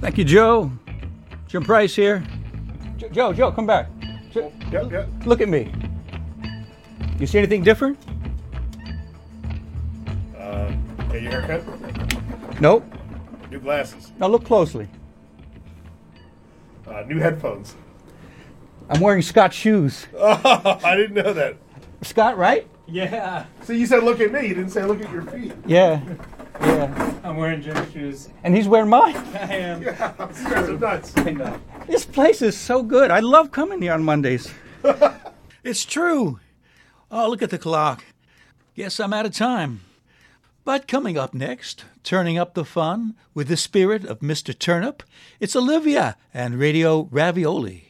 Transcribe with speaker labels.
Speaker 1: Thank you, Joe. Jim Price here. Jo- Joe, Joe, come back. Jo-
Speaker 2: Yep, yep.
Speaker 1: look at me. You see anything different?
Speaker 2: Get your haircut.
Speaker 1: Nope.
Speaker 2: New glasses.
Speaker 1: Now look closely.
Speaker 2: Uh, new headphones.
Speaker 1: I'm wearing Scott shoes.
Speaker 2: I didn't know that.
Speaker 1: Scott, right?
Speaker 3: Yeah,
Speaker 2: So you said look at me. You didn't say look at your feet.
Speaker 1: Yeah. Yeah.
Speaker 3: I'm wearing gym shoes.
Speaker 1: And he's wearing mine.
Speaker 3: I am.
Speaker 2: These guys are nuts.
Speaker 3: I know.
Speaker 1: This place is so good. I love coming here on Mondays. it's true. Oh, look at the clock. Guess I'm out of time. But coming up next, turning up the fun with the spirit of Mr. Turnip, it's Olivia and Radio Ravioli.